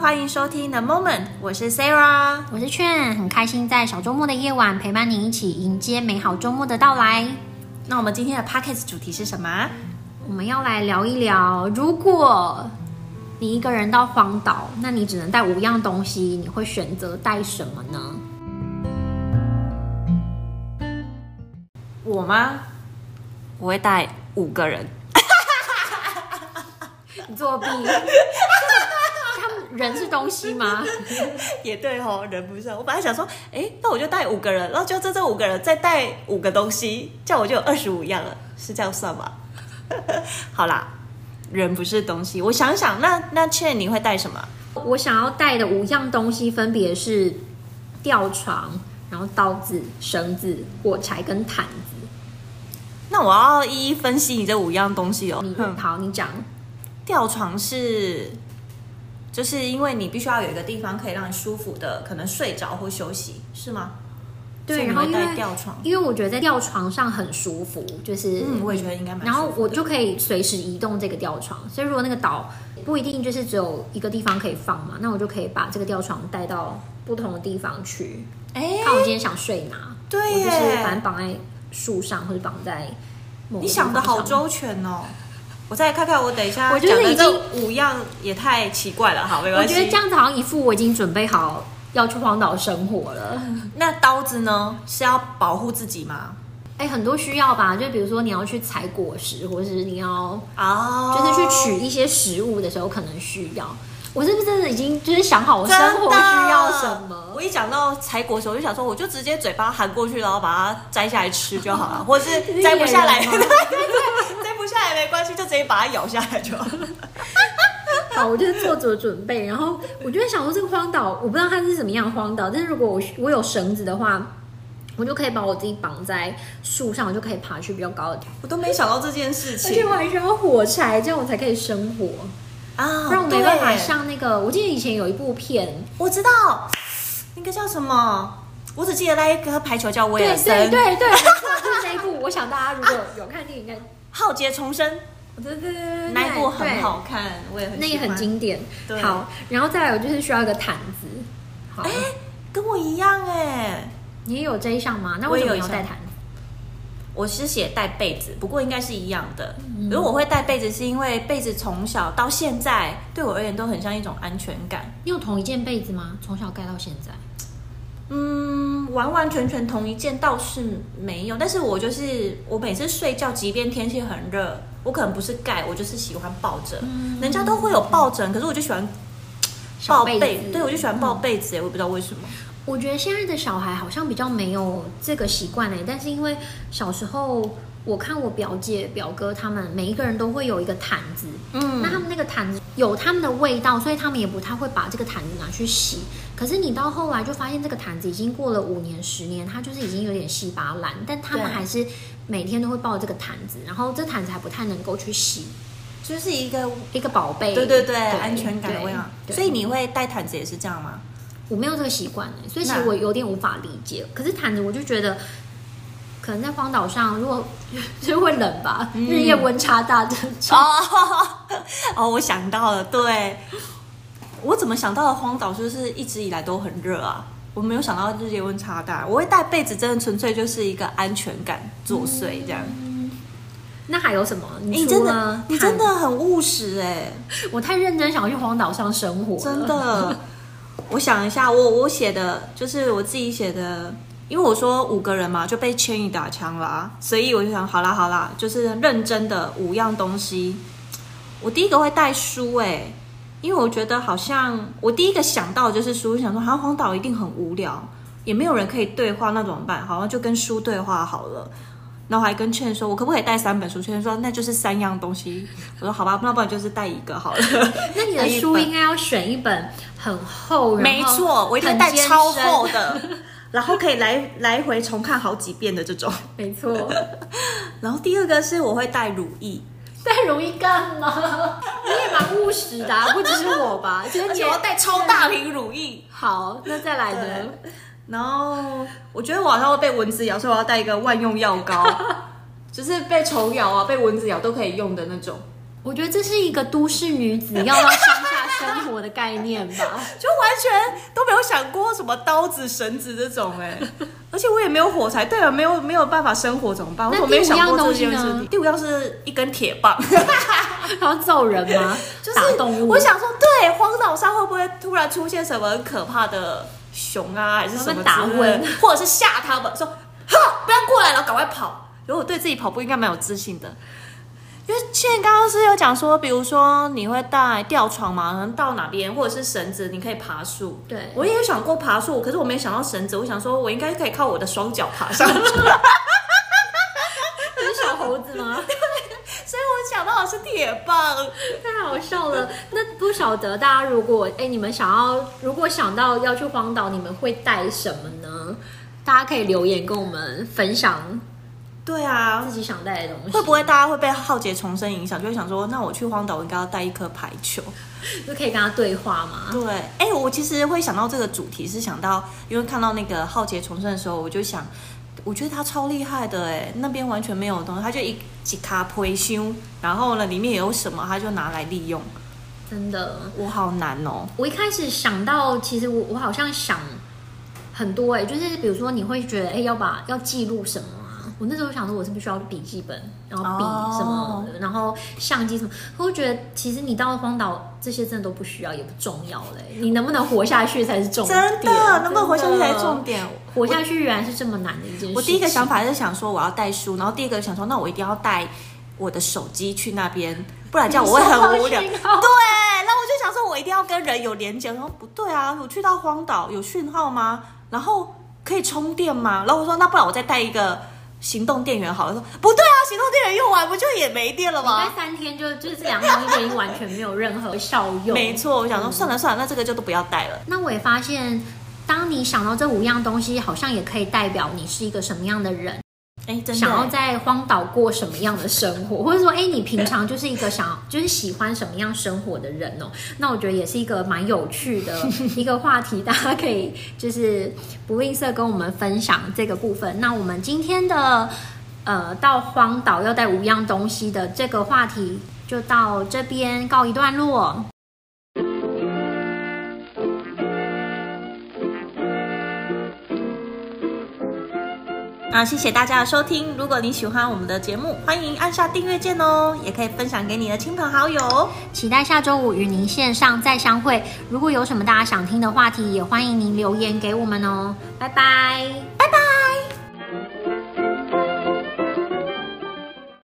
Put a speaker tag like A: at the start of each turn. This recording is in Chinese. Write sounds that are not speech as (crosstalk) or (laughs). A: 欢迎收听 The Moment，我是 Sarah。
B: 我是劝，很开心在小周末的夜晚陪伴你一起迎接美好周末的到来。
A: 那我们今天的 Podcast 主题是什么啊？
B: 我们要来聊一聊，如果你一个人到荒岛，那你只能带五样东西，你会选择带什么呢？
A: 我吗？我会带五个人。
B: 你作弊？他们人是东西吗？
A: 也对哦，人不是。我本来想说，哎，那我就带五个人，然后就这这五个人再带五个东西，这样我就有二十五样了，是这样算吗？ (laughs) 好啦，人不是东西。我想想，那那倩你会带什么？
B: 我想要带的五样东西分别是吊床，然后刀子、绳子、火柴跟毯子。
A: 那我要一一分析你这五样东西哦。
B: 你
A: 哼
B: 好，你讲。
A: 吊床是，就是因为你必须要有一个地方可以让你舒服的，可能睡着或休息，是吗？所
B: 对，
A: 以你
B: 然后
A: 会
B: 因
A: 带
B: 为
A: 吊床。
B: 因为我觉得在吊床上很舒服，就是
A: 嗯，我也觉得应该蛮舒服的。
B: 然后我就可以随时移动这个吊床，所以如果那个岛不一定就是只有一个地方可以放嘛，那我就可以把这个吊床带到不同的地方去。
A: 哎，
B: 看我今天想睡哪，
A: 对
B: 我就是反
A: 耶
B: 正，绑在树上或者绑在某个
A: 你想的
B: 地方
A: 好
B: 上。
A: 周全哦。我再看看我等一下
B: 我觉
A: 讲
B: 得
A: 的
B: 已
A: 这五样也太奇怪了，好，没
B: 我
A: 关系。
B: 觉得这样子好像一副我已经准备好要去荒岛生活了。
A: 那刀子呢是要保护自己吗？
B: 哎，很多需要吧，就比如说你要去采果实，或是你要
A: 哦
B: 就是去取一些食物的时候可能需要。我是不是真的已经就是想好我
A: 真的
B: 生活需要什么
A: 我？一讲到采果时，我就想说，我就直接嘴巴含过去，然后把它摘下来吃就
B: (laughs)
A: 好了，或者是摘不下来， (laughs)
B: 你
A: 对
B: 是野人吗
A: 对摘不下来没关系，就直接把它咬下来就好。
B: 好，我就是做足了准备，然后我就在想说这个荒岛，我不知道它是什么样的荒岛，但是如果我我有绳子的话，我就可以把我自己绑在树上，我就可以爬去比较高的地方。
A: 我都没想到这件事
B: 而且
A: 情
B: 我还需要火柴，这样我才可以生活，
A: 啊
B: 不然我没办法
A: 对
B: 像那个，我记得以前有一部片，
A: 我知道那个叫什么，我只记得那一颗排球叫威
B: 对
A: 尔
B: 对
A: 森，
B: 对对，没错就是那一 (laughs) 部。我想大家如果有看电影，应该
A: 浩劫重生
B: 啊对对对对，
A: 那一部
B: 对
A: 很好看，我也很
B: 那
A: 喜
B: 也
A: 欢
B: 很经典
A: 对。
B: 好，然后再来，我就是需要一个毯子。好，
A: 哎跟我一样哎。
B: 你也有这一项吗？那
A: 我
B: 为
A: 也
B: 什么
A: 有
B: 要
A: 一
B: 带
A: 项
B: 毯子？
A: 我是写带被子，不过应该是一样的。
B: 嗯
A: 如果我会带被子，是因为被子从小到现在对我而言都很像一种安全感。
B: 你有同一件被子吗？从小盖到现在？
A: 哦嗯，完完全全同一件倒是没有，但是我就是我每次睡觉，即便天气很热，我可能不是盖，我就是喜欢抱着。人家都会有抱枕，可是我就喜欢抱
B: 小
A: 被，
B: 子
A: 对我就喜欢抱被子、我也不知道为什么。
B: 我觉得现在的小孩好像比较没有这个习惯哎，但是因为小时候我看我表姐、表哥他们每一个人都会有一个毯子，
A: 嗯
B: 那他们那个毯子有他们的味道，所以他们也不太会把这个毯子拿去洗。可是你到后来就发现，这个毯子已经过了五年、十年，它就是已经有点稀巴烂，但他们
A: 对
B: 还是每天都会抱着这个毯子，然后这毯子还不太能够去洗，
A: 就是一个
B: 一个宝贝。
A: 对对对安全感的味道。
B: 对
A: 所以你会带毯子也是这样吗？
B: 我没有这个习惯欸所以其实
A: 那
B: 我有点无法理解。可是毯子，我就觉得可能在荒岛上，如果 (laughs) 就是会冷吧，
A: 嗯
B: 日夜温差大的。
A: 哦 (laughs) 哦，我想到了，对，我怎么想到的荒岛就是一直以来都很热啊，我没有想到日夜温差大。我会带被子，真的纯粹就是一个安全感作祟这样。
B: 那还有什么？
A: 诶你
B: 你除啊
A: 真
B: 了
A: 的你真的
B: 毯
A: 很务实哎、
B: 子，我太认真想要去荒岛上生活了，
A: 真的。我想一下，我我写的就是我自己写的，因为我说五个人嘛就被千羽打枪啦、所以我就想，好啦好啦，就是认真的五样东西。我第一个会带书、诶，因为我觉得好像我第一个想到的就是书，想说好像荒岛一定很无聊，也没有人可以对话，那怎么办？好像就跟书对话好了。然后还跟劝说，我可不可以带三本书？劝说那就是三样东西。我说好吧，那不然就是带一个好了。
B: 那你的书应该要选一本很厚，然后
A: 没错，我一定会带
B: 很艰深
A: 超厚。的， (laughs) 然后可以来来回重看好几遍的这种。
B: 没错，
A: 然后第二个是我会带乳液，
B: 但容易
A: (laughs)
B: 干嘛？你也蛮务实的、啊，不只是我吧？就是
A: 而
B: 你
A: 且
B: 也
A: 我要带超大瓶乳液。
B: 好，那再来呢？
A: 然后我觉得我好像会被蚊子咬，所以我要带一个万用药 (laughs) 膏，就是被虫咬啊、被蚊子咬都可以用的那种。
B: 我觉得这是一个都市女子要到乡下生活的概
A: (laughs)
B: 念吧。
A: 就完全都没有想过什么刀子、绳子这种 (laughs) 哎、而且我也没有火柴，对啊，没有没有办法生火怎么办？我
B: 那
A: 怎么没有
B: 第五
A: 想
B: 样
A: 过这
B: 东西
A: 件
B: 呢
A: 事情。第五样是一根铁棒，
B: 他要揍人吗？
A: 就是
B: 打动物？
A: 我想说，对，荒岛上会不会突然出现什么很可怕的熊啊，还是什么
B: 他
A: 之
B: 们打
A: 类的
B: 昏，
A: 或者是吓他们说“哼，不要过来了，赶快跑”。 (laughs) 如果对自己跑步应该蛮有自信的。因为之前刚刚是有讲说，比如说你会带吊床嘛，可能到哪边或者是绳子，你可以爬树。
B: 对
A: 我也有想过爬树，可是我没想到绳子，我想说我应该可以靠我的双脚爬 (laughs) 上去，
B: 你是小猴子吗？
A: 所以我想到的是铁棒。
B: 太好笑了。那不晓得大家如果哎、你们想要如果想到要去荒岛，你们会带什么呢？大家可以留言跟我们分享
A: 对啊，
B: 自己想带的东西，
A: 会不会大家会被浩劫重生影响，就会想说，那我去荒岛，我应该要带一颗排球。
B: 就可以跟他对话嘛？
A: 对，哎、我其实会想到这个主题，是想到因为看到那个浩劫重生的时候，我就想，我觉得他超厉害的，哎，那边完全没有东西，他就一几卡回修，然后呢，里面有什么他就拿来利用。
B: 真的，
A: 我好难哦，
B: 我一开始想到，其实我我好像想很多哎、就是比如说你会觉得哎、要把要记录什么啊？我那时候想说，我是不是需要笔记本，然后笔
A: 哦
B: 什么然后相机什么？可我觉得其实你到了荒岛，这些真的都不需要，也不重要嘞、你能不能活下去才是重点，
A: 真的，能不能活下去才是重
B: 点。
A: 点。
B: 活下去原来是这么难的一件事情。
A: 我第一个想法是想说我要带书，然后第一个想说，那我一定要带我的手机去那边，不然这样我会很无聊。
B: 你
A: (laughs) 对，
B: 收到讯号
A: 那我就想说，我一定要跟人有连接。然后不对啊，我去到荒岛有讯号吗？然后可以充电吗？然后我说，那不然我再带一个行动电源好了。说不对啊，行动电源用完不就也没电了
B: 应
A: 吗
B: 该？三天就就是这两样东西就已经完全没有任何效用。
A: 没错，我想说算了算了，那这个就都不要带了。
B: 那我也发现，当你想到这五样东西，好像也可以代表你是一个什么样的人，
A: 哎，真
B: 想要
A: 的，
B: 在荒岛过什么样的生活，或者说，哎，你平常就是一个想就是喜欢什么样生活的人哦。那我觉得也是一个蛮有趣
A: (laughs)
B: 的一个话题，大家可以就是不吝啬跟我们分享这个部分。那我们今天的呃到荒岛要带五样东西的这个话题就到这边告一段落。
A: 那谢谢大家的收听。如果你喜欢我们的节目，欢迎按下订阅键哦，也可以分享给你的亲朋好友哦。
B: 期待下周五与您线上再相会。如果有什么大家想听的话题，也欢迎您留言给我们哦。拜拜。